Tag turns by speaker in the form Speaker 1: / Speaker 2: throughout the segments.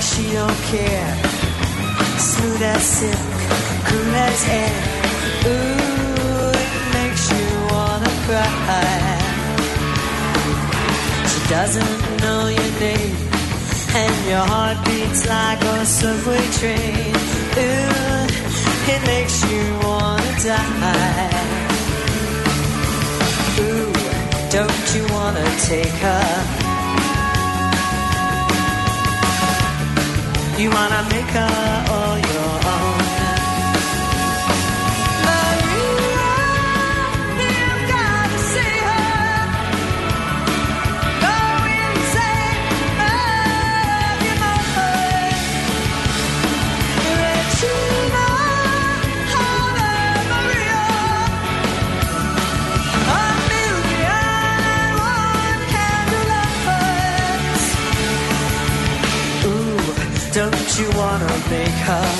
Speaker 1: she don't care. Smooth as silk, cool as air. Ooh, it makes you wanna cry. She doesn't know your name, and your heart beats like a subway train. Ooh, it makes you wanna die. Ooh, don't you wanna take her? You wanna make her all your own. Maria, you've gotta see her. Go insane, out of your mind. Regina, Ave Maria, a million and one candle Ooh, don't you wanna make her?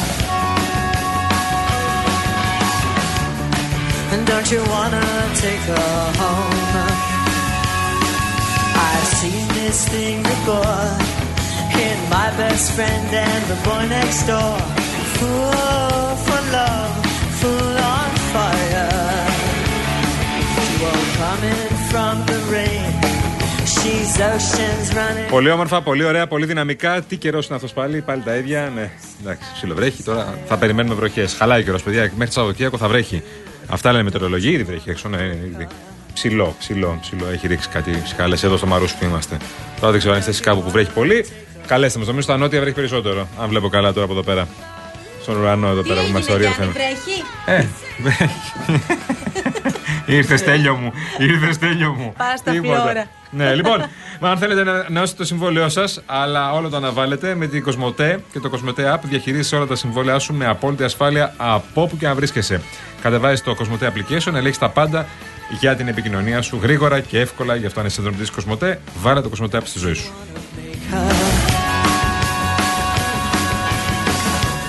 Speaker 1: And don't you wanna take her home? I've seen this thing before in my best friend and the boy next door. Fool for love, fool on fire. She won't come in from the rain. She's oceans running.
Speaker 2: Πολύ όμορφα, πολύ ωραία, πολύ δυναμικά. Τι καιρό είναι αυτός πάλι, πάλι τα ίδια. Ναι, εντάξει, ψιλοβρέχει τώρα. Θα περιμένουμε βροχές. Χαλάει ο καιρός, παιδιά. Μέχρι το Σαββατοκύριακο θα βρέχει. Αυτά λένε μετεωρολογοί. Ήδη βρέχει έξω, ναι, ήδη. Ψηλό, ψηλό, ψηλό. Έχει ρίξει κάτι σκάλες εδώ στο Μαρούσι που είμαστε. Τώρα δεν ξέρω αν είστε εσείς κάπου που βρέχει πολύ. Καλέστε μας. Νομίζω στα νότια βρέχει περισσότερο. Αν βλέπω καλά τώρα από εδώ πέρα. Στον ουρανό εδώ πέρα που
Speaker 3: έγινε,
Speaker 2: είμαστε στο Ρίο
Speaker 3: Γιάννη, βρέχει.
Speaker 2: Ε, Ήρθε τέλειο μου. Ήρθε τέλειο μου.
Speaker 3: Πας στα
Speaker 2: Τίποτα.
Speaker 3: φλόρα.
Speaker 2: Ναι, λοιπόν, μα αν θέλετε να νεώσετε το συμβόλαιό σας, αλλά όλο το αναβάλλετε με την Κοσμοτέ και το Κοσμοτέ App διαχειρίζεις όλα τα συμβόλαιά σου με απόλυτη ασφάλεια από όπου και να βρίσκεσαι. Κατεβάζεις το Κοσμοτέ Application, ελέγχεις τα πάντα για την επικοινωνία σου γρήγορα και εύκολα. Γι' αυτό αν είσαι συνδρομητή Κοσμοτέ, βάλε το Κοσμοτέ App στη ζωή σου.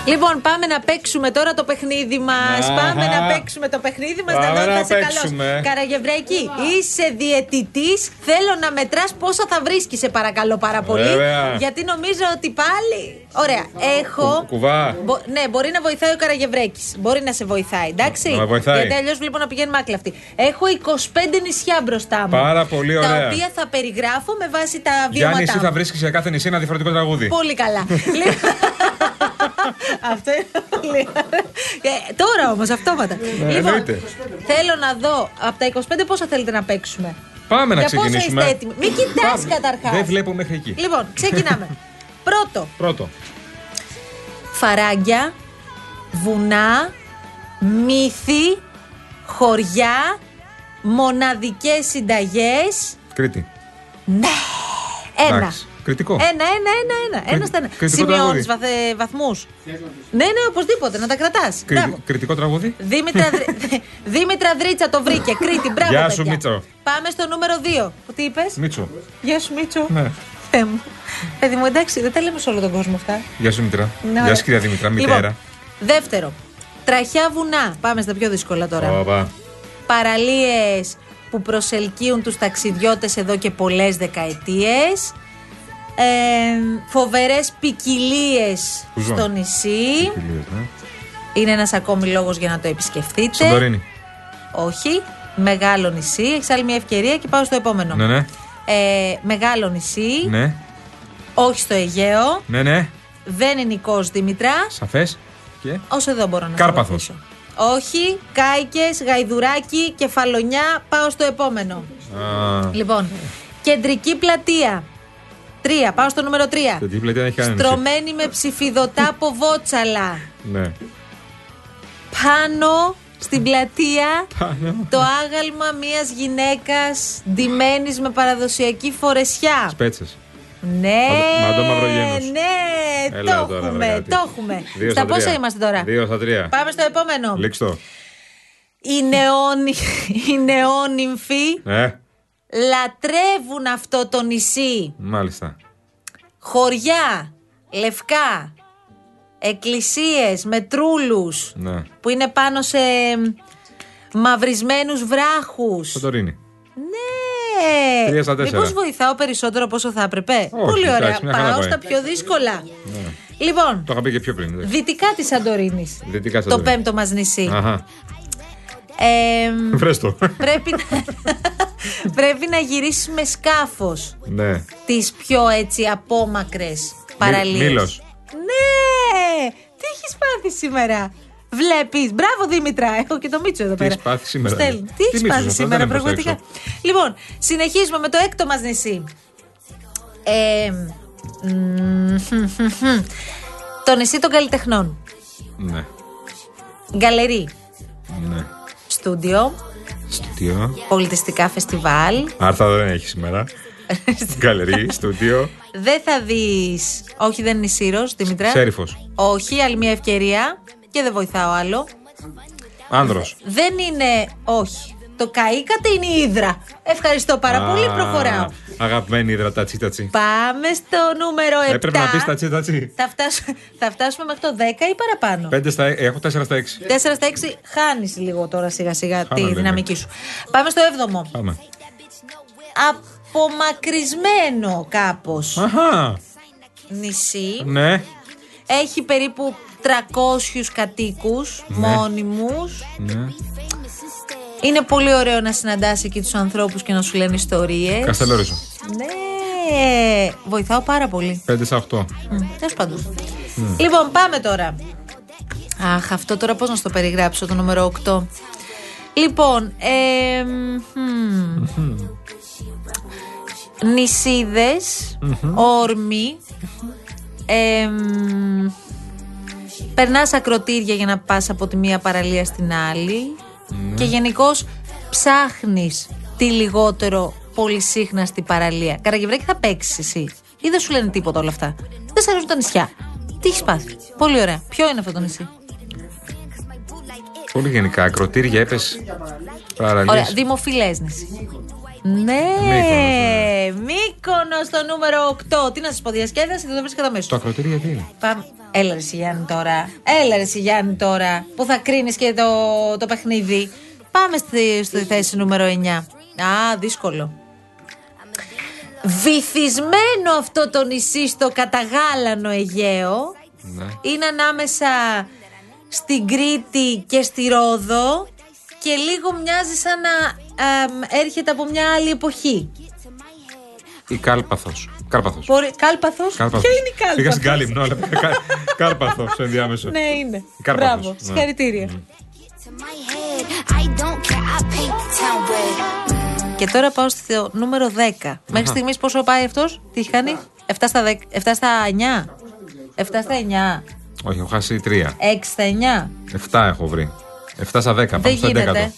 Speaker 3: Λοιπόν, πάμε να παίξουμε τώρα το παιχνίδι μας.
Speaker 2: Αχα.
Speaker 3: Πάμε να παίξουμε το παιχνίδι μας. Να
Speaker 2: Πάμε
Speaker 3: δω αν
Speaker 2: να
Speaker 3: θα σε
Speaker 2: παίξουμε.
Speaker 3: καλώ. Καραγευραϊκή, είσαι διαιτητής. Θέλω να μετράς πόσα θα βρίσκεις, σε παρακαλώ πάρα πολύ.
Speaker 2: Βέβαια.
Speaker 3: Γιατί νομίζω ότι πάλι. Ωραία, έχω.
Speaker 2: Κου- κουβά.
Speaker 3: Μπο- ναι, μπορεί να βοηθάει ο Καραγευρέκης. Μπορεί να σε βοηθάει, εντάξει.
Speaker 2: Να βοηθάει.
Speaker 3: Γιατί αλλιώς βλέπω να πηγαίνουμε άκλαυτοι. Έχω 25 νησιά μπροστά μου.
Speaker 2: Πάρα πολύ ωραία.
Speaker 3: Τα οποία θα περιγράφω με βάση τα βιώματά
Speaker 2: Γιάννη, εσύ
Speaker 3: μου.
Speaker 2: θα βρίσκεις σε κάθε νησί ένα διαφορετικό τραγούδι.
Speaker 3: Πολύ καλά. Λοιπόν, αυτό είναι πολύ ωραίο. Ε, Τώρα όμως, αυτόματα. λοιπόν,
Speaker 2: Ναι, εννοείται.
Speaker 3: θέλω να δω από τα 25 πόσα θέλετε να παίξουμε.
Speaker 2: Πάμε να
Speaker 3: Για πόσα
Speaker 2: ξεκινήσουμε.
Speaker 3: είστε έτοιμοι. Μην κοιτάς καταρχάς.
Speaker 2: Δεν βλέπω μέχρι εκεί.
Speaker 3: Λοιπόν, ξεκινάμε. Πρώτο.
Speaker 2: Πρώτο.
Speaker 3: Φαράγγια, βουνά, μύθι, χωριά, μοναδικές συνταγές. Ναι,
Speaker 2: Κρήτη.
Speaker 3: Ένα.
Speaker 2: Εντάξει. Κριτικό.
Speaker 3: Ένα, ένα, ένα, ένα.
Speaker 2: Κρι-
Speaker 3: Ένας στα ένα.
Speaker 2: κριτικό
Speaker 3: Σημειώνεις
Speaker 2: τραγούδι.
Speaker 3: βαθμού. Ναι, ναι, οπωσδήποτε, να τα κρατάς.
Speaker 2: Κρι- Κριτικό τραγούδι.
Speaker 3: Δήμητρα, Δρ- Δήμητρα Δρίτσα το βρήκε. Κρήτη, μπράβο.
Speaker 2: Γεια σου,
Speaker 3: παιδιά.
Speaker 2: Μίτσο.
Speaker 3: Πάμε στο νούμερο 2. Τι είπες,
Speaker 2: Μίτσο.
Speaker 3: Γεια σου, Μίτσο.
Speaker 2: Ναι.
Speaker 3: Θεέ μου. Παιδί μου, εντάξει, δεν τα λέμε σε όλο τον κόσμο αυτά.
Speaker 2: Γεια σου Μητρά.
Speaker 3: Ναι,
Speaker 2: Γεια
Speaker 3: ωραία.
Speaker 2: σου κυρία Δημητρά,
Speaker 3: Λοιπόν,
Speaker 2: μητέρα.
Speaker 3: δεύτερο. Τραχιά βουνά. Πάμε στα πιο δύσκολα τώρα.
Speaker 2: Παπα.
Speaker 3: Παραλίες που προσελκύουν τους ταξιδιώτες εδώ και πολλές δεκαετίες. Ε, φοβερές ποικιλίες
Speaker 2: Κουζόν.
Speaker 3: στο νησί.
Speaker 2: Κυρίες, ναι.
Speaker 3: Είναι ένας ακόμη λόγος για να το επισκεφτείτε.
Speaker 2: Σαντορίνη.
Speaker 3: Όχι. Μεγάλο νησί. Έχεις άλλη μια ευκαιρία και πάω στο επόμενο.
Speaker 2: Ναι, ναι.
Speaker 3: Ε, μεγάλο νησί.
Speaker 2: Ναι,
Speaker 3: Όχι στο Αιγαίο.
Speaker 2: ναι, ναι.
Speaker 3: Βενενικό Δημητρά.
Speaker 2: Σαφές. Και.
Speaker 3: Όσο εδώ μπορώ να
Speaker 2: Κάρπαθος.
Speaker 3: σε βοηθήσω. Όχι. Κάικες, γαϊδουράκι, κεφαλονιά. Πάω στο επόμενο.
Speaker 2: Α,
Speaker 3: Λοιπόν. Κεντρική πλατεία. Τρία. Πάω στο νούμερο τρία.
Speaker 2: Σε τι πλατεία δεν έχει κανένα. νησί.
Speaker 3: Στρωμένη με ψηφιδωτά από βότσαλα.
Speaker 2: Ναι.
Speaker 3: Πάνω στην πλατεία.
Speaker 2: Πάνω.
Speaker 3: Το άγαλμα μιας γυναίκας ντυμένης με παραδοσιακή φορεσιά.
Speaker 2: Σπέτσε.
Speaker 3: Ναι,
Speaker 2: Μαντώ- Μαντώ Μαυρογένους.
Speaker 3: ναι,
Speaker 2: Έλα
Speaker 3: το
Speaker 2: τώρα, βρε,
Speaker 3: έχουμε,
Speaker 2: κάτι.
Speaker 3: το έχουμε.
Speaker 2: Δύο
Speaker 3: Στα
Speaker 2: στα
Speaker 3: πόσα
Speaker 2: τρία.
Speaker 3: είμαστε τώρα.
Speaker 2: Δύο στα τρία.
Speaker 3: Πάμε στο επόμενο.
Speaker 2: Λήξτο.
Speaker 3: Οι, νεόνυ... οι νεόνυμφοι
Speaker 2: Ναι,
Speaker 3: λατρεύουν αυτό το νησί.
Speaker 2: μάλιστα.
Speaker 3: Χωριά, λευκά, εκκλησίες με τρούλους
Speaker 2: Ναι.
Speaker 3: που είναι πάνω σε μαυρισμένους βράχους.
Speaker 2: Σαντορίνη.
Speaker 3: Ναι!
Speaker 2: Τρία στα τέσσερα.
Speaker 3: Μήπως βοηθάω περισσότερο από όσο θα έπρεπε.
Speaker 2: Όχι,
Speaker 3: Πολύ ωραία.
Speaker 2: εντάξει, μια χαρά
Speaker 3: Πάω
Speaker 2: πάει. Ναι.
Speaker 3: στα πιο δύσκολα. Λοιπόν,
Speaker 2: Το είχα πει και πιο πριν. εντάξει.
Speaker 3: δυτικά της Σαντορίνης.
Speaker 2: Δυτικά
Speaker 3: Το
Speaker 2: Σαντορίνης.
Speaker 3: πέμπτο μας νησί.
Speaker 2: Αχα.
Speaker 3: Εμ,
Speaker 2: Βρες το.
Speaker 3: πρέπει, να, πρέπει να γυρίσεις με σκάφος
Speaker 2: ναι.
Speaker 3: τις πιο έτσι απόμακρες παραλίες.
Speaker 2: Μήλος.
Speaker 3: Ναι! Τι έχεις πάθει σήμερα. Βλέπεις. Μπράβο Δήμητρα. Έχω και το Μίτσο εδώ πέρα.
Speaker 2: έχεις πάθει σήμερα.
Speaker 3: Στέλνει. Τι
Speaker 2: Τι
Speaker 3: έχεις
Speaker 2: Μίτσος
Speaker 3: πάθει
Speaker 2: αυτό,
Speaker 3: σήμερα
Speaker 2: δεν είναι προς τα
Speaker 3: πραγματικά. Λοιπόν, συνεχίζουμε με το έκτο μας νησί. Ε, μ, χμ, χμ, χμ. το νησί των καλλιτεχνών.
Speaker 2: Ναι.
Speaker 3: Γκαλερί.
Speaker 2: Ναι.
Speaker 3: Στούντιο.
Speaker 2: Στούντιο.
Speaker 3: Πολιτιστικά φεστιβάλ.
Speaker 2: Άρθα δεν έχει σήμερα. Γκαλερί, στούντιο.
Speaker 3: Δεν θα δεις. Όχι, δεν είναι Σύρο, Δημητρά.
Speaker 2: Σέριφος.
Speaker 3: Όχι, άλλη μια ευκαιρία. Και δεν βοηθάω άλλο.
Speaker 2: Άνδρος.
Speaker 3: Δεν είναι. Όχι. Το καήκατε είναι η Ήδρα. Ευχαριστώ πάρα
Speaker 2: Α,
Speaker 3: πολύ. Προχωράω.
Speaker 2: Αγαπημένη υδρατά τσίτατσι.
Speaker 3: Πάμε στο νούμερο 7.
Speaker 2: Έπρεπε Ε, να πεις τα τσίτατσι.
Speaker 3: θα, φτάσουμε, θα φτάσουμε μέχρι το 10 ή παραπάνω.
Speaker 2: 5 στα, έχω 4 στα 6.
Speaker 3: 4 στα 6 χάνεις λίγο τώρα σιγά σιγά τη
Speaker 2: λέμε.
Speaker 3: δυναμική σου. Πάμε στο 7ο.
Speaker 2: Πάμε.
Speaker 3: Απομακρυσμένο κάπως
Speaker 2: Αχα.
Speaker 3: νησί.
Speaker 2: Ναι.
Speaker 3: Έχει περίπου 300 κατοίκους μόνιμους.
Speaker 2: ναι.
Speaker 3: Είναι πολύ ωραίο να συναντάς εκεί τους ανθρώπους και να σου λένε ιστορίες.
Speaker 2: Καστελόριζο.
Speaker 3: Ναι, βοηθάω πάρα πολύ.
Speaker 2: 5 στα 8.
Speaker 3: Τέλος πάντων. Λοιπόν, πάμε τώρα. Αχ, αυτό τώρα πώς να στο περιγράψω το νούμερο 8. Λοιπόν, ε, μ, νησίδες, όρμοι, ε, μ, περνάς ακροτήρια για να πας από τη μία παραλία στην άλλη και γενικώς ψάχνεις τη λιγότερο πολυσύχναστη παραλία. Καραγευρέκη θα παίξεις εσύ ή δεν σου λένε τίποτα όλα αυτά. Δεν σε αρέσουν τα νησιά. Τι έχεις πάθει. Πολύ ωραία. Ποιο είναι αυτό το νησί.
Speaker 2: Πολύ γενικά. Ακροτήρια έπεσε.
Speaker 3: Ωραία,
Speaker 2: Παραλίες.
Speaker 3: δημοφιλές νησί. Ναι, Μύκονος το νούμερο 8. Τι να σας πω, διασκέδαση δεν το βρίσκα κατά μέσο.
Speaker 2: Το ακροτήριο τι είναι.
Speaker 3: Πάμε. Έλα ρε εσύ, Γιάννη τώρα. Έλα ρε εσύ, Γιάννη τώρα. Που θα κρίνεις και το, το παιχνίδι. Πάμε στη, στη θέση νούμερο 9. Α, δύσκολο. Βυθισμένο αυτό το νησί στο καταγάλανο Αιγαίο.
Speaker 2: Ναι.
Speaker 3: Είναι ανάμεσα στην Κρήτη και στη Ρόδο και λίγο μοιάζει σαν να εμ, έρχεται από μια άλλη εποχή.
Speaker 2: Ή κάλπαθος. Κάλπαθος.
Speaker 3: Μπορεί... Κάλπαθος.
Speaker 2: Κάλπαθος.
Speaker 3: Ποια είναι η Κάλπαθος.
Speaker 2: Πήγα στην κάλυμνο, αλλά πήγα κα- κάλπαθος ενδιάμεσο.
Speaker 3: Ναι, είναι.
Speaker 2: Η Κάλπαθος.
Speaker 3: Μπράβο.
Speaker 2: Ναι.
Speaker 3: Συγχαρητήρια.
Speaker 4: to my head. I don't care, I paint the town red.
Speaker 3: Και τώρα πάω στο νούμερο 10. Μέχρι στιγμής πόσο πάει αυτός, τι έχει κάνει, 7 στα, 10, 7 στα 9. 7 στα 9.
Speaker 2: Όχι, έχω χάσει 3.
Speaker 3: 6 στα 9.
Speaker 2: 7 έχω βρει. 7 στα 10.
Speaker 3: Δεν
Speaker 2: Πάμε στο 11.
Speaker 3: γίνεται.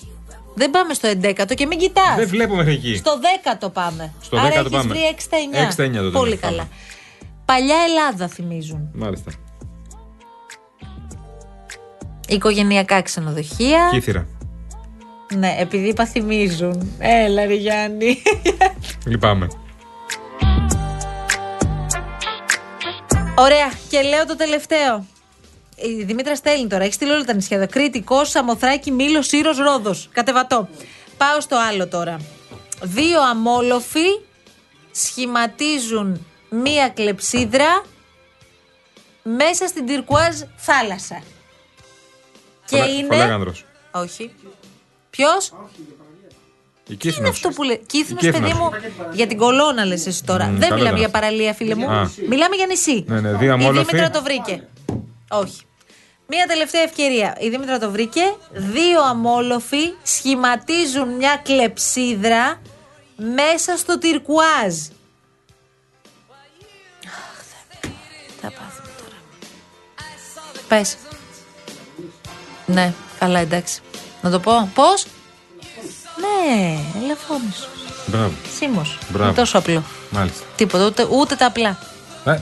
Speaker 3: Δεν πάμε στο 11ο και μην κοιτάς.
Speaker 2: Δεν βλέπω μέχρι εκεί.
Speaker 3: Στο 10ο πάμε.
Speaker 2: Στο
Speaker 3: Άρα
Speaker 2: 10ο
Speaker 3: έχεις
Speaker 2: πάμε.
Speaker 3: βρει 6 στα 9.
Speaker 2: 6 στα 9 τότε
Speaker 3: Πολύ
Speaker 2: δεν πάμε.
Speaker 3: καλά. Παλιά Ελλάδα θυμίζουν.
Speaker 2: Μάλιστα.
Speaker 3: Οικογενειακά ξενοδοχεία.
Speaker 2: Κύθυρα.
Speaker 3: Ναι, επειδή είπα θυμίζουν. Έλα, ρε Γιάννη.
Speaker 2: Λυπάμαι.
Speaker 3: Ωραία, και λέω το τελευταίο. Η Δημήτρας στέλνει τώρα. Έχει στείλει όλα τα νησιά εδώ. Κρήτη, Κόσα, Σαμοθράκη, Μήλος, Σύρος, Ρόδος. Κατεβατό. Πάω στο άλλο τώρα. Δύο αμόλοφοι σχηματίζουν μία κλεψίδρα μέσα στην Τυρκουάζ θάλασσα. Και
Speaker 2: Φωλα-
Speaker 3: είναι.
Speaker 2: Φωλάκανδρος.
Speaker 3: Όχι. Ποιος
Speaker 2: Η
Speaker 3: είναι
Speaker 2: Κύθυνος.
Speaker 3: αυτό που λέει. Κύθινος,
Speaker 2: Κύθινος.
Speaker 3: παιδί μου, για την κολόνα λες εσύ τώρα.
Speaker 2: Μμ,
Speaker 3: Δεν
Speaker 2: καλό
Speaker 3: μιλάμε
Speaker 2: ήταν
Speaker 3: για
Speaker 2: αυτό.
Speaker 3: παραλία, φίλε μου.
Speaker 2: Α.
Speaker 3: Μιλάμε για νησί.
Speaker 2: Ναι, ναι, δύο
Speaker 3: Η
Speaker 2: αμόλοφοι.
Speaker 3: Δήμητρα το βρήκε. Όχι. Μία τελευταία ευκαιρία. Η Δήμητρα το βρήκε. Δύο αμόλοφοι σχηματίζουν μια κλεψίδρα μέσα στο τυρκουάζ. Αχ, Θεέ μου. Τα πάθουμε τώρα. Πες. Ναι, καλά, εντάξει. Να το πω. Πώς? Ναι, ελεφώνησου.
Speaker 2: Μπράβο.
Speaker 3: Σήμος.
Speaker 2: Μπράβο.
Speaker 3: Είναι τόσο απλό.
Speaker 2: Μάλιστα.
Speaker 3: Τίποτα, ούτε, ούτε τα απλά.
Speaker 2: Ε,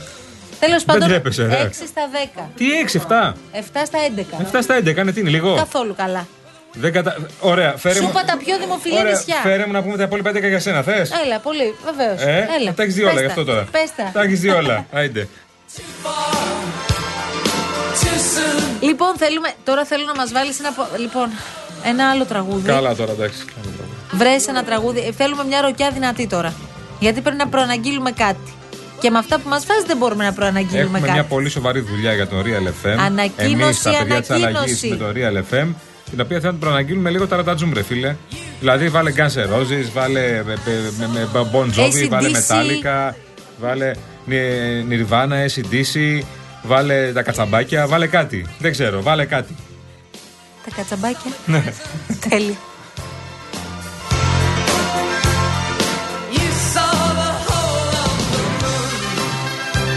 Speaker 3: Τέλο πάντων,
Speaker 2: τρέπεσαι, ρε.
Speaker 3: 6 στα 10.
Speaker 2: τι 6, 7.
Speaker 3: 7 στα 11.
Speaker 2: 7 στα 11, είναι τι είναι, λίγο.
Speaker 3: Καθόλου καλά.
Speaker 2: Δεν κατα... Ωραία, φέρε
Speaker 3: Σου
Speaker 2: μου.
Speaker 3: είπα τα πιο δημοφιλή
Speaker 2: Ωραία,
Speaker 3: νησιά.
Speaker 2: Φέρε μου να πούμε τα υπόλοιπα 11 για σένα, θες.
Speaker 3: Έλα, πολύ, βεβαίως.
Speaker 2: Ε,
Speaker 3: Έλα.
Speaker 2: τα έχεις δει
Speaker 3: πες
Speaker 2: όλα γι'
Speaker 3: τα,
Speaker 2: αυτό τώρα.
Speaker 3: πες τα.
Speaker 2: Τα έχεις δει όλα. Άιντε.
Speaker 3: Λοιπόν, θέλουμε, τώρα θέλω να μας βάλεις ένα. πο- Λοιπόν, ένα άλλο τραγούδι.
Speaker 2: Καλά τώρα, εντάξει.
Speaker 3: Βρες ένα τραγούδι. Ε, Θέλουμε μια ροκιά δυνατή τώρα. Γιατί πρέπει να προαναγγείλουμε κάτι. Και με αυτά που μας βάζει δεν μπορούμε να προαναγγείλουμε
Speaker 2: Έχουμε
Speaker 3: κάτι.
Speaker 2: μια πολύ σοβαρή δουλειά για το Real FM.
Speaker 3: Ανακοίνωση,
Speaker 2: Εμείς τα παιδιά της
Speaker 3: ανακοίνωση.
Speaker 2: αλλαγής με το Real FM, την οποία θα την προαναγγείλουμε λίγο ταρατατζούμ, ρε φίλε. Δηλαδή, βάλε Guns N' Roses, βάλε με, με, με, με Bon Jovi,
Speaker 3: AC/DC.
Speaker 2: βάλε Metallica, βάλε Νι- Nirvana, ACDC, βάλε τα κατσαμπάκια, βάλε κάτι. Δεν ξέρω, βάλε κάτι.
Speaker 3: Τα κατσαμπάκια.
Speaker 2: Ναι.
Speaker 3: Τέλεια.
Speaker 1: You saw the whole of the moon.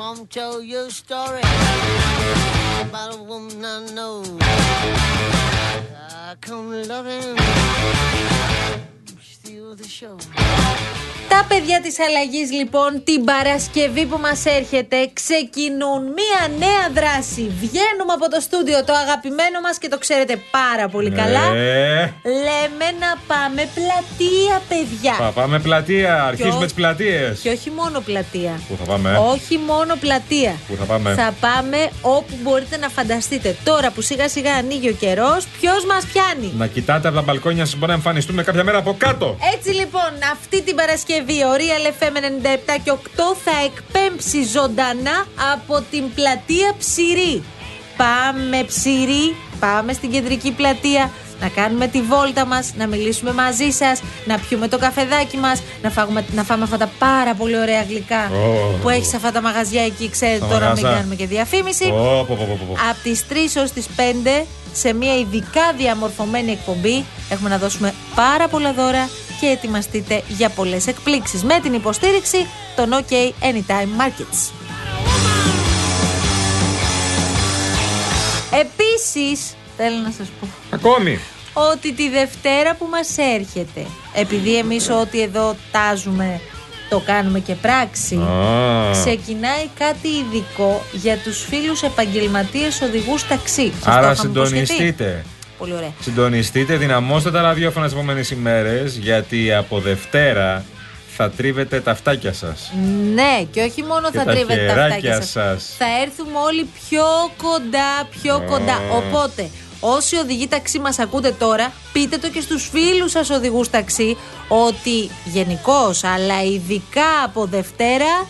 Speaker 5: Won't tell you a story about a woman I know. I come loving, steal the show.
Speaker 3: Τα παιδιά της αλλαγής λοιπόν την Παρασκευή που μας έρχεται ξεκινούν μία νέα δράση. Βγαίνουμε από το στούντιο το αγαπημένο μας και το ξέρετε πάρα πολύ καλά.
Speaker 2: Ε,
Speaker 3: Λέμε να πάμε πλατεία παιδιά.
Speaker 2: θα πάμε πλατεία, αρχίζουμε
Speaker 3: όχι-
Speaker 2: τις πλατείες.
Speaker 3: Και όχι μόνο πλατεία.
Speaker 2: Πού θα πάμε, ε?
Speaker 3: Όχι μόνο πλατεία.
Speaker 2: Πού θα πάμε?
Speaker 3: Θα πάμε όπου μπορείτε να φανταστείτε. Τώρα που σιγά σιγά ανοίγει ο καιρός, ποιος μας πιάνει.
Speaker 2: Να κοιτάτε από τα μπαλκόνια σας, μπορεί να εμφανιστούμε κάποια μέρα από κάτω.
Speaker 3: Έτσι λοιπόν, αυτή την Παρασκευή ο Real FM 97 και 8 θα εκπέμψει ζωντανά από την πλατεία Ψηρή. Πάμε Ψηρή, πάμε στην κεντρική πλατεία, να κάνουμε τη βόλτα μας, να μιλήσουμε μαζί σας, να πιούμε το καφεδάκι μας, να, φάγουμε, να φάμε αυτά τα πάρα πολύ ωραία γλυκά
Speaker 2: Ω.
Speaker 3: που έχεις σε αυτά τα μαγαζιά εκεί, ξέρετε
Speaker 2: Τα
Speaker 3: τώρα μην
Speaker 2: μαγαζά.
Speaker 3: κάνουμε και διαφήμιση.
Speaker 2: Ω, πω, πω, πω, πω, πω.
Speaker 3: Από τις 3 ως τις 5 σε μια ειδικά διαμορφωμένη εκπομπή έχουμε να δώσουμε πάρα πολλά δώρα και ετοιμαστείτε για πολλές εκπλήξεις με την υποστήριξη των OK Anytime Markets. Επίσης, θέλω να σας πω
Speaker 2: Ακόμη.
Speaker 3: ότι τη Δευτέρα που μας έρχεται, επειδή εμείς ό,τι εδώ τάζουμε το κάνουμε και πράξη,
Speaker 2: Α.
Speaker 3: ξεκινάει κάτι ειδικό για τους φίλους επαγγελματίες οδηγούς ταξί. Σας το
Speaker 2: Άρα
Speaker 3: είχαμε υποσχεθεί.
Speaker 2: συντονιστείτε.
Speaker 3: Πολύ ωραία.
Speaker 2: Συντονιστείτε, δυναμώστε τα ραδιόφωνα τι επόμενες ημέρες, γιατί από Δευτέρα θα τρίβετε τα φτάκια σας.
Speaker 3: Ναι, και όχι μόνο
Speaker 2: Και
Speaker 3: θα
Speaker 2: τα
Speaker 3: τρίβετε τα
Speaker 2: χεράκια
Speaker 3: αυτάκια σας.
Speaker 2: σας.
Speaker 3: Θα έρθουμε όλοι πιο κοντά, πιο κοντά. Οπότε, όσοι οδηγοί ταξί μας ακούτε τώρα, πείτε το και στους φίλους σας οδηγούς ταξί, ότι γενικώ, αλλά ειδικά από Δευτέρα,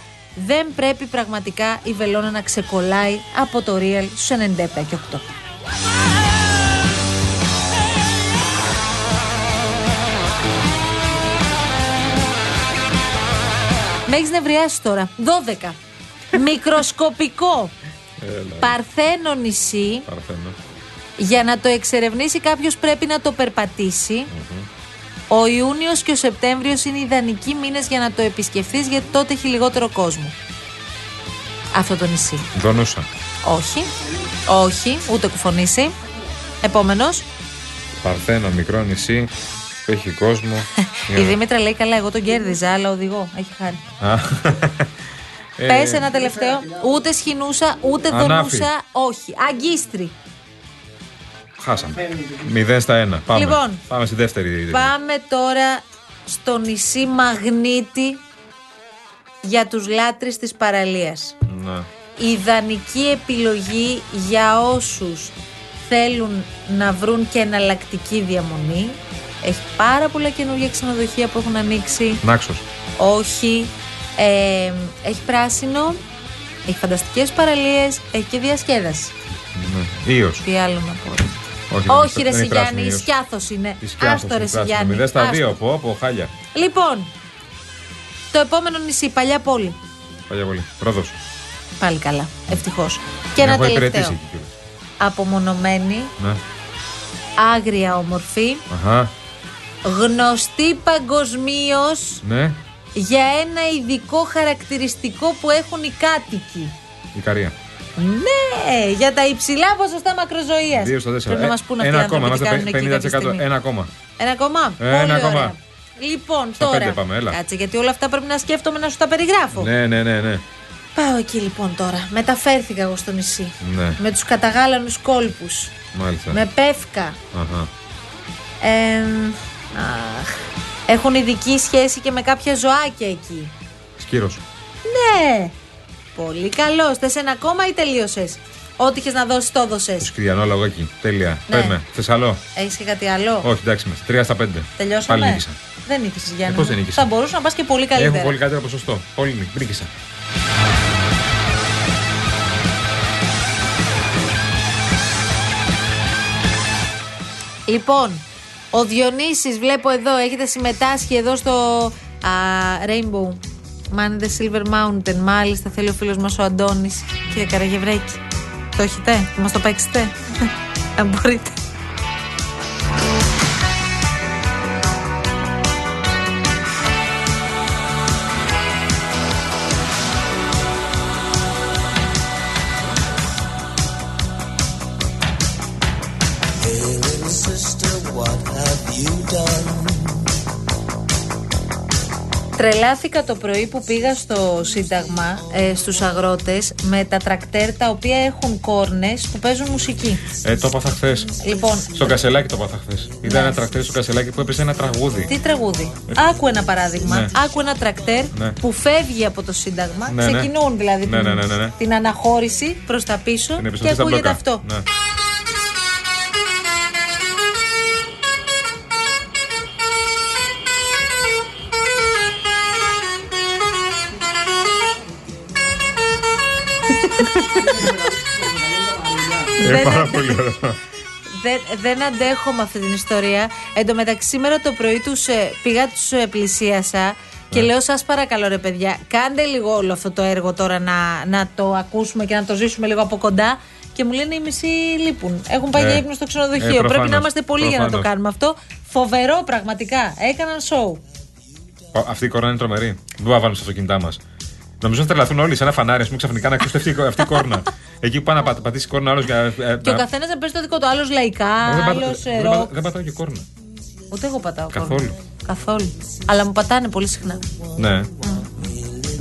Speaker 3: δεν πρέπει πραγματικά η βελόνα να ξεκολλάει από το Real στους 97 και 8. Με έχεις νευριάσει τώρα. 12. Μικροσκοπικό. Παρθένο νησί.
Speaker 2: Παραθένω.
Speaker 3: Για να το εξερευνήσει κάποιος πρέπει να το περπατησει Ο Ιούνιος και ο Σεπτέμβριος είναι ιδανικοί μήνες για να το επισκεφθείς γιατί τότε έχει λιγότερο κόσμο. Αυτό το νησί.
Speaker 2: Δονούσα.
Speaker 3: Όχι. Όχι. Ούτε κουφονήσει. Επόμενος.
Speaker 2: Παρθένο, μικρό νησί που έχει κόσμο.
Speaker 3: Η Δήμητρα λέει καλά, εγώ τον κέρδιζα, αλλά οδηγώ. Έχει χάρη.
Speaker 2: Α, ε,
Speaker 3: Πες ένα τελευταίο. Ούτε σχοινούσα, ούτε
Speaker 2: Ανάφη.
Speaker 3: δονούσα. Όχι. Αγκίστρι.
Speaker 2: Χάσαμε. 0 στα 1. Πάμε.
Speaker 3: Λοιπόν.
Speaker 2: Πάμε στη δεύτερη.
Speaker 3: Πάμε τώρα στο νησί Μαγνήτη για τους λάτρεις της παραλίας.
Speaker 2: Να.
Speaker 3: Ιδανική επιλογή για όσους θέλουν να βρουν και εναλλακτική διαμονή. Έχει πάρα πολλά καινούργια ξενοδοχεία που έχουν ανοίξει.
Speaker 2: Νάξος.
Speaker 3: Όχι. Ε, έχει πράσινο. Έχει φανταστικές παραλίες. Έχει και διασκέδαση.
Speaker 2: Ναι. Ίος.
Speaker 3: Τι άλλο να πω.
Speaker 2: Όχι, δεν
Speaker 3: Όχι,
Speaker 2: είναι-
Speaker 3: ρε
Speaker 2: δεν είναι
Speaker 3: Σιγιάννη,
Speaker 2: πράσινη
Speaker 3: η
Speaker 2: ίος.
Speaker 3: σκιάθος είναι.
Speaker 2: Η Σκιάθος
Speaker 3: Άστο
Speaker 2: είναι
Speaker 3: ρε
Speaker 2: πράσινη.
Speaker 3: Σιγιάννη.
Speaker 2: 0 στα
Speaker 3: άστο.
Speaker 2: 2. Πω, πω, χάλια.
Speaker 3: Λοιπόν, το επόμενο νησί, παλιά πόλη.
Speaker 2: Παλιά πολύ. Ρόδος.
Speaker 3: Πάλι καλά, ευτυχώς. Και
Speaker 2: Την
Speaker 3: ένα
Speaker 2: έχω
Speaker 3: τελευταίο.
Speaker 2: υπηρετήσει εκεί κιόλας.
Speaker 3: Απομονωμένη,
Speaker 2: Ναι.
Speaker 3: άγρια ομορφή,
Speaker 2: Αχα.
Speaker 3: γνωστή παγκοσμίως
Speaker 2: Ναι.
Speaker 3: για ένα ειδικό χαρακτηριστικό που έχουν οι κάτοικοι.
Speaker 2: Η Καρία.
Speaker 3: Ναι, για τα υψηλά ποσοστά μακροζωίας.
Speaker 2: Δύο στα τέσσερα.
Speaker 3: Πρέπει να
Speaker 2: Ε,
Speaker 3: μα πούν αυτοί οι
Speaker 2: Ένα
Speaker 3: άνθρωποι
Speaker 2: ακόμα.
Speaker 3: τι κάνουν
Speaker 2: Είμαστε
Speaker 3: εκεί κάποια
Speaker 2: 50%.
Speaker 3: στιγμή.
Speaker 2: Ένα ακόμα.
Speaker 3: Ένα ακόμα.
Speaker 2: Ένα
Speaker 3: Πολύ
Speaker 2: ακόμα.
Speaker 3: ωραία. Λοιπόν,
Speaker 2: Στα
Speaker 3: τώρα.
Speaker 2: πέντε πάμε, έλα.
Speaker 3: Κάτσε, γιατί όλα αυτά πρέπει να σκέφτομαι να σου τα περιγράφω.
Speaker 2: Ναι, ναι, ναι, ναι.
Speaker 3: Πάω εκεί λοιπόν τώρα. Μεταφέρθηκα εγώ στο νησί.
Speaker 2: Ναι.
Speaker 3: Με τους καταγάλανους κόλπους.
Speaker 2: Μάλιστα.
Speaker 3: Με πεύκα.
Speaker 2: Αχα.
Speaker 3: Εμ, αχ. Έχουν ειδική σχέση και με κάποια ζωάκια εκεί.
Speaker 2: Σκύρος.
Speaker 3: Ναι. Πολύ καλός. Θες ένα ακόμα ή τελείωσες. Ό,τι είχες να δώσεις, το δώσε.
Speaker 2: Σκυριανό εκεί. Τέλεια.
Speaker 3: Ναι.
Speaker 2: Πάμε. Θεσσαλό.
Speaker 3: Έχεις και κάτι άλλο.
Speaker 2: Όχι, εντάξει με. 3 στα 5.
Speaker 3: Τελειώσαμε.
Speaker 2: Πάλι νίκησα.
Speaker 3: Δεν νίκησες, Γιάννη.
Speaker 2: Ε, πώς δεν
Speaker 3: μου.
Speaker 2: νίκησα?
Speaker 3: Θα μπορούσε να πας και πολύ καλύτερα.
Speaker 2: Έχω πολύ καλύτερο ποσοστό. Πολύ νίκη- νίκησα.
Speaker 3: Λοιπόν, ο Διονύσης βλέπω εδώ, έχετε συμμετάσχει εδώ στο α, Rainbow Man in the Silver Mountain. Μάλιστα, θέλει ο φίλος μας ο Αντώνης. Κύριε Καραγευρέκη, το έχετε, θα μας το παίξετε. Αν μπορείτε.
Speaker 1: Ailing sister, what have you done?
Speaker 3: Τρελάθηκα το πρωί που πήγα στο Σύνταγμα, ε, στους αγρότες, με τα τρακτέρ τα οποία έχουν κόρνες που παίζουν μουσική.
Speaker 2: Ε, το έπαθα χθες.
Speaker 3: Λοιπόν,
Speaker 2: Στο κασελάκι το έπαθα χθες. Είδα ένα τρακτέρ στο κασελάκι που έπαιζε ένα τραγούδι.
Speaker 3: Τι τραγούδι. Άκου ένα παράδειγμα.
Speaker 2: Ναι.
Speaker 3: Άκου ένα τρακτέρ
Speaker 2: Ναι.
Speaker 3: που φεύγει από το Σύνταγμα.
Speaker 2: Ναι, ναι.
Speaker 3: ξεκινούν δηλαδή
Speaker 2: Ναι,
Speaker 3: την,
Speaker 2: ναι, ναι, ναι, ναι.
Speaker 3: την αναχώρηση προς τα πίσω
Speaker 2: Την
Speaker 3: και
Speaker 2: επιστροφή στα
Speaker 3: ακούγεται
Speaker 2: μπλοκά.
Speaker 3: αυτό.
Speaker 2: Ναι. Ε,
Speaker 3: Δεν-
Speaker 2: πάρα πολύ ωραίο.
Speaker 3: Δεν, δεν αντέχω με αυτή την ιστορία. Εν τω μεταξύ, σήμερα το πρωί τους πήγα, τους πλησίασα και
Speaker 2: Ναι.
Speaker 3: λέω: Σας παρακαλώ, ρε παιδιά, κάντε λίγο όλο αυτό το έργο τώρα να, να το ακούσουμε και να το ζήσουμε λίγο από κοντά. Και μου λένε οι μισοί λείπουν. Έχουν πάει
Speaker 2: Ε,
Speaker 3: για ύπνο στο
Speaker 2: ε,
Speaker 3: ξενοδοχείο.
Speaker 2: προφανώς,
Speaker 3: Πρέπει να είμαστε πολλοί για να το
Speaker 2: προφανώς.
Speaker 3: κάνουμε αυτό. Φοβερό πραγματικά. Έκαναν σοου.
Speaker 2: Πα- Αυτή η κορώνα είναι τρομερή. Δεν μπορούμε να βάλουμε στα αυτοκίνητά μας. Νομίζω να τρελαθούν όλοι σε ένα φανάρι, ας πούμε, ξαφνικά να ακούστε αυτή, η κο- αυτή η κόρνα. Εκεί που πάνε να πα- πατήσει κόρνα άλλος για. ε, ε,
Speaker 3: Και ο
Speaker 2: να-
Speaker 3: καθένας να παίζει το δικό του. Άλλος λαϊκά,
Speaker 2: Εγώ Ε, δεν πατά-
Speaker 3: άλλος
Speaker 2: δεν πατά-
Speaker 3: ροκ.
Speaker 2: Δεν πατάω και κόρνα.
Speaker 3: Ούτε εγώ πατάω. κόρνο.
Speaker 2: Καθόλου.
Speaker 3: Καθόλου. Αλλά μου πατάνε πολύ συχνά.
Speaker 2: Ναι.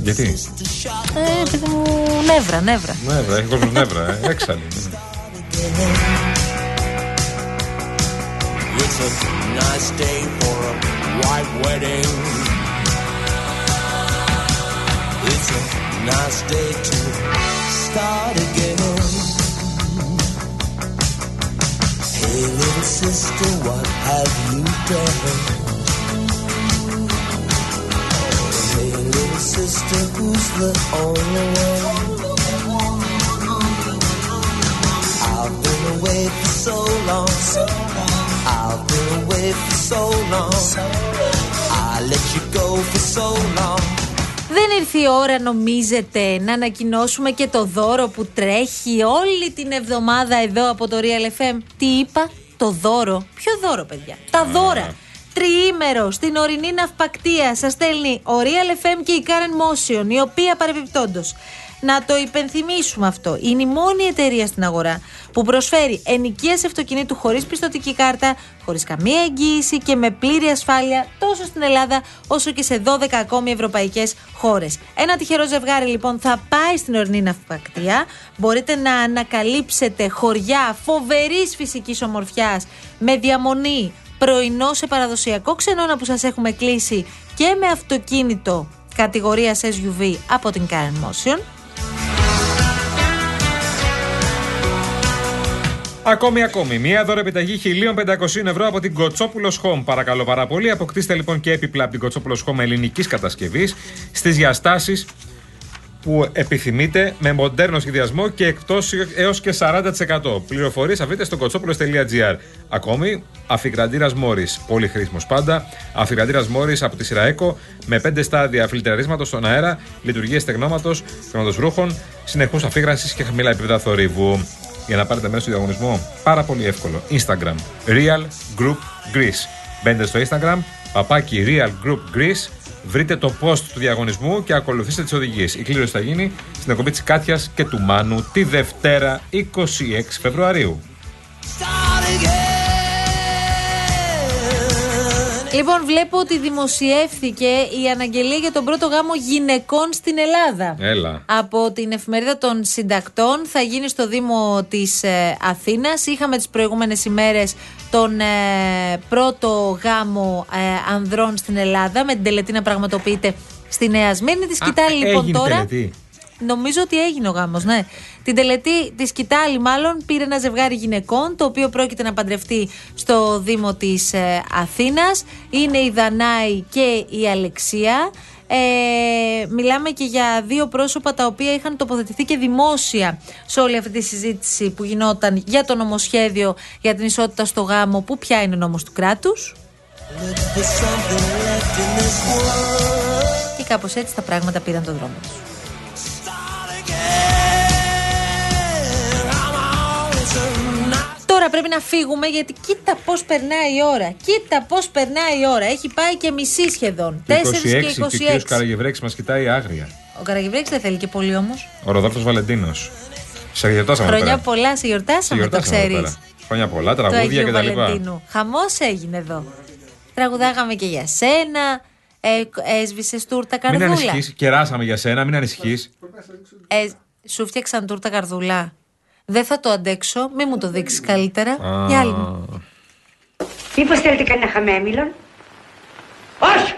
Speaker 2: Γιατί. Ναι,
Speaker 3: Ε, επειδή μου νεύρα, νεύρα.
Speaker 2: Νεύρα, έχει κόσμο νεύρα. ε. Έξαλλη. είναι.
Speaker 1: It's a nice day for a white wedding. It's a nice day to start again. Hey little sister, what have you done? Hey little sister, who's the only one? I've been away for so long, so long. I've been away for so long. I let you go for so long.
Speaker 3: Δεν ήρθε η ώρα, νομίζετε, να ανακοινώσουμε και το δώρο που τρέχει όλη την εβδομάδα εδώ από το Real FM. Τι είπα, το δώρο. Ποιο δώρο, παιδιά. Τα δώρα. Τριήμερο στην ορεινή ναυπακτία σας στέλνει ο Real FM και η Karen Motion, η οποία παρεμπιπτόντως. Να το υπενθυμίσουμε αυτό. Είναι η μόνη εταιρεία στην αγορά που προσφέρει ενοικίαση αυτοκινήτου χωρίς πιστοτική κάρτα, χωρίς καμία εγγύηση και με πλήρη ασφάλεια τόσο στην Ελλάδα όσο και σε 12 ακόμη ευρωπαϊκές χώρες. Ένα τυχερό ζευγάρι λοιπόν θα πάει στην ορεινή ναυπακτία. Μπορείτε να ανακαλύψετε χωριά φοβερής φυσικής ομορφιάς με διαμονή πρωινό σε παραδοσιακό ξενώνα που σας έχουμε κλείσει και με αυτοκίνητο κατηγορίας SUV από την Karen Motion.
Speaker 2: Ακόμη, ακόμη. Μία δώρα επιταγή 1.500 ευρώ από την Κοτσόπουλος Home. Παρακαλώ πάρα πολύ. Αποκτήστε λοιπόν και έπιπλα από την Κοτσόπουλος Home ελληνικής κατασκευής στις διαστάσεις που επιθυμείτε με μοντέρνο σχεδιασμό και εκτός έως και 40%. Πληροφορίες θα βρείτε στο κοτσόπουλος.gr. Ακόμη, αφιγραντήρας Μόρης, πολύ χρήσιμος πάντα. Αφιγραντήρας Μόρης από τη σειρά ΕΚΟ με 5 στάδια φιλτραρίσματος στον αέρα, λειτουργίες στεγνώματος, στεγνώματος ρούχων, συνεχούς αφίγρανσης και χαμηλά επίπεδα θορύβου. Για να πάρετε μέρος στο διαγωνισμό, πάρα πολύ εύκολο. Instagram, Real Group Greece. Μπαίνετε στο Instagram, παπάκι Real Group Greece, βρείτε το post του διαγωνισμού και ακολουθήστε τις οδηγίες. Η κλήρωση θα γίνει στην εκπομπή της Κάτιας και του Μάνου τη Δευτέρα 26 Φεβρουαρίου.
Speaker 1: Start again.
Speaker 3: Λοιπόν, βλέπω ότι δημοσιεύθηκε η αναγγελία για τον πρώτο γάμο γυναικών στην Ελλάδα.
Speaker 2: Έλα.
Speaker 3: Από την εφημερίδα των συντακτών θα γίνει στο Δήμο της ε, Αθήνας. Είχαμε τις προηγούμενες ημέρες τον ε, πρώτο γάμο ε, ανδρών στην Ελλάδα με την τελετή να πραγματοποιείται στη Νέα Σμύρνη. Τη
Speaker 2: Α,
Speaker 3: σκητάλη
Speaker 2: έγινε
Speaker 3: λοιπόν
Speaker 2: η
Speaker 3: τώρα.
Speaker 2: τελετή.
Speaker 3: Νομίζω ότι έγινε ο γάμος, ναι. Την τελετή τη Κιτάλη, μάλλον, πήρε ένα ζευγάρι γυναικών, το οποίο πρόκειται να παντρευτεί στο Δήμο της ε, Αθήνας. Είναι η Δανάη και η Αλεξία. Ε, μιλάμε και για δύο πρόσωπα τα οποία είχαν τοποθετηθεί και δημόσια σε όλη αυτή τη συζήτηση που γινόταν για το νομοσχέδιο για την ισότητα στο γάμο, που πια είναι ο νόμος του κράτους. Και κάπως έτσι τα πράγματα πήραν τον δρόμο τους. Τώρα πρέπει να φύγουμε γιατί κοίτα πώς περνάει η ώρα. Κοίτα πώς περνάει η ώρα. Έχει πάει και μισή σχεδόν. 4 και 26.
Speaker 2: και ο κ. Καραγευρέξης μας κοιτάει άγρια.
Speaker 3: Ο Καραγευρέξ δεν θέλει και πολύ όμως.
Speaker 2: Ο Ροδόλφος Βαλεντίνος. Σε γιορτάσαμε εδώ
Speaker 3: Χρονιά
Speaker 2: πέρα.
Speaker 3: πολλά, σε
Speaker 2: Σε
Speaker 3: γιορτάσαμε, το
Speaker 2: γιορτάσαμε εδώ
Speaker 3: ξέρεις.
Speaker 2: πέρα. Χρόνια πολλά,
Speaker 3: Το
Speaker 2: τραγούδια
Speaker 3: Αγίου
Speaker 2: κτλ.
Speaker 3: Βαλεντίνου. Χαμός έγινε εδώ. Τραγουδάγαμε και για σένα. Ε, Έσβησε τούρτα
Speaker 2: Μην
Speaker 3: καρδούλα.
Speaker 2: ανησυχείς, κεράσαμε για σένα, μην ανησυχείς.
Speaker 3: Ε, σου φτιάξαν τούρτα καρδούλα. Δεν θα το αντέξω. Μη μου το δείξεις καλύτερα. Για άλλη μου.
Speaker 6: Μήπως θέλετε κανένα χαμέμιλον. Όχι!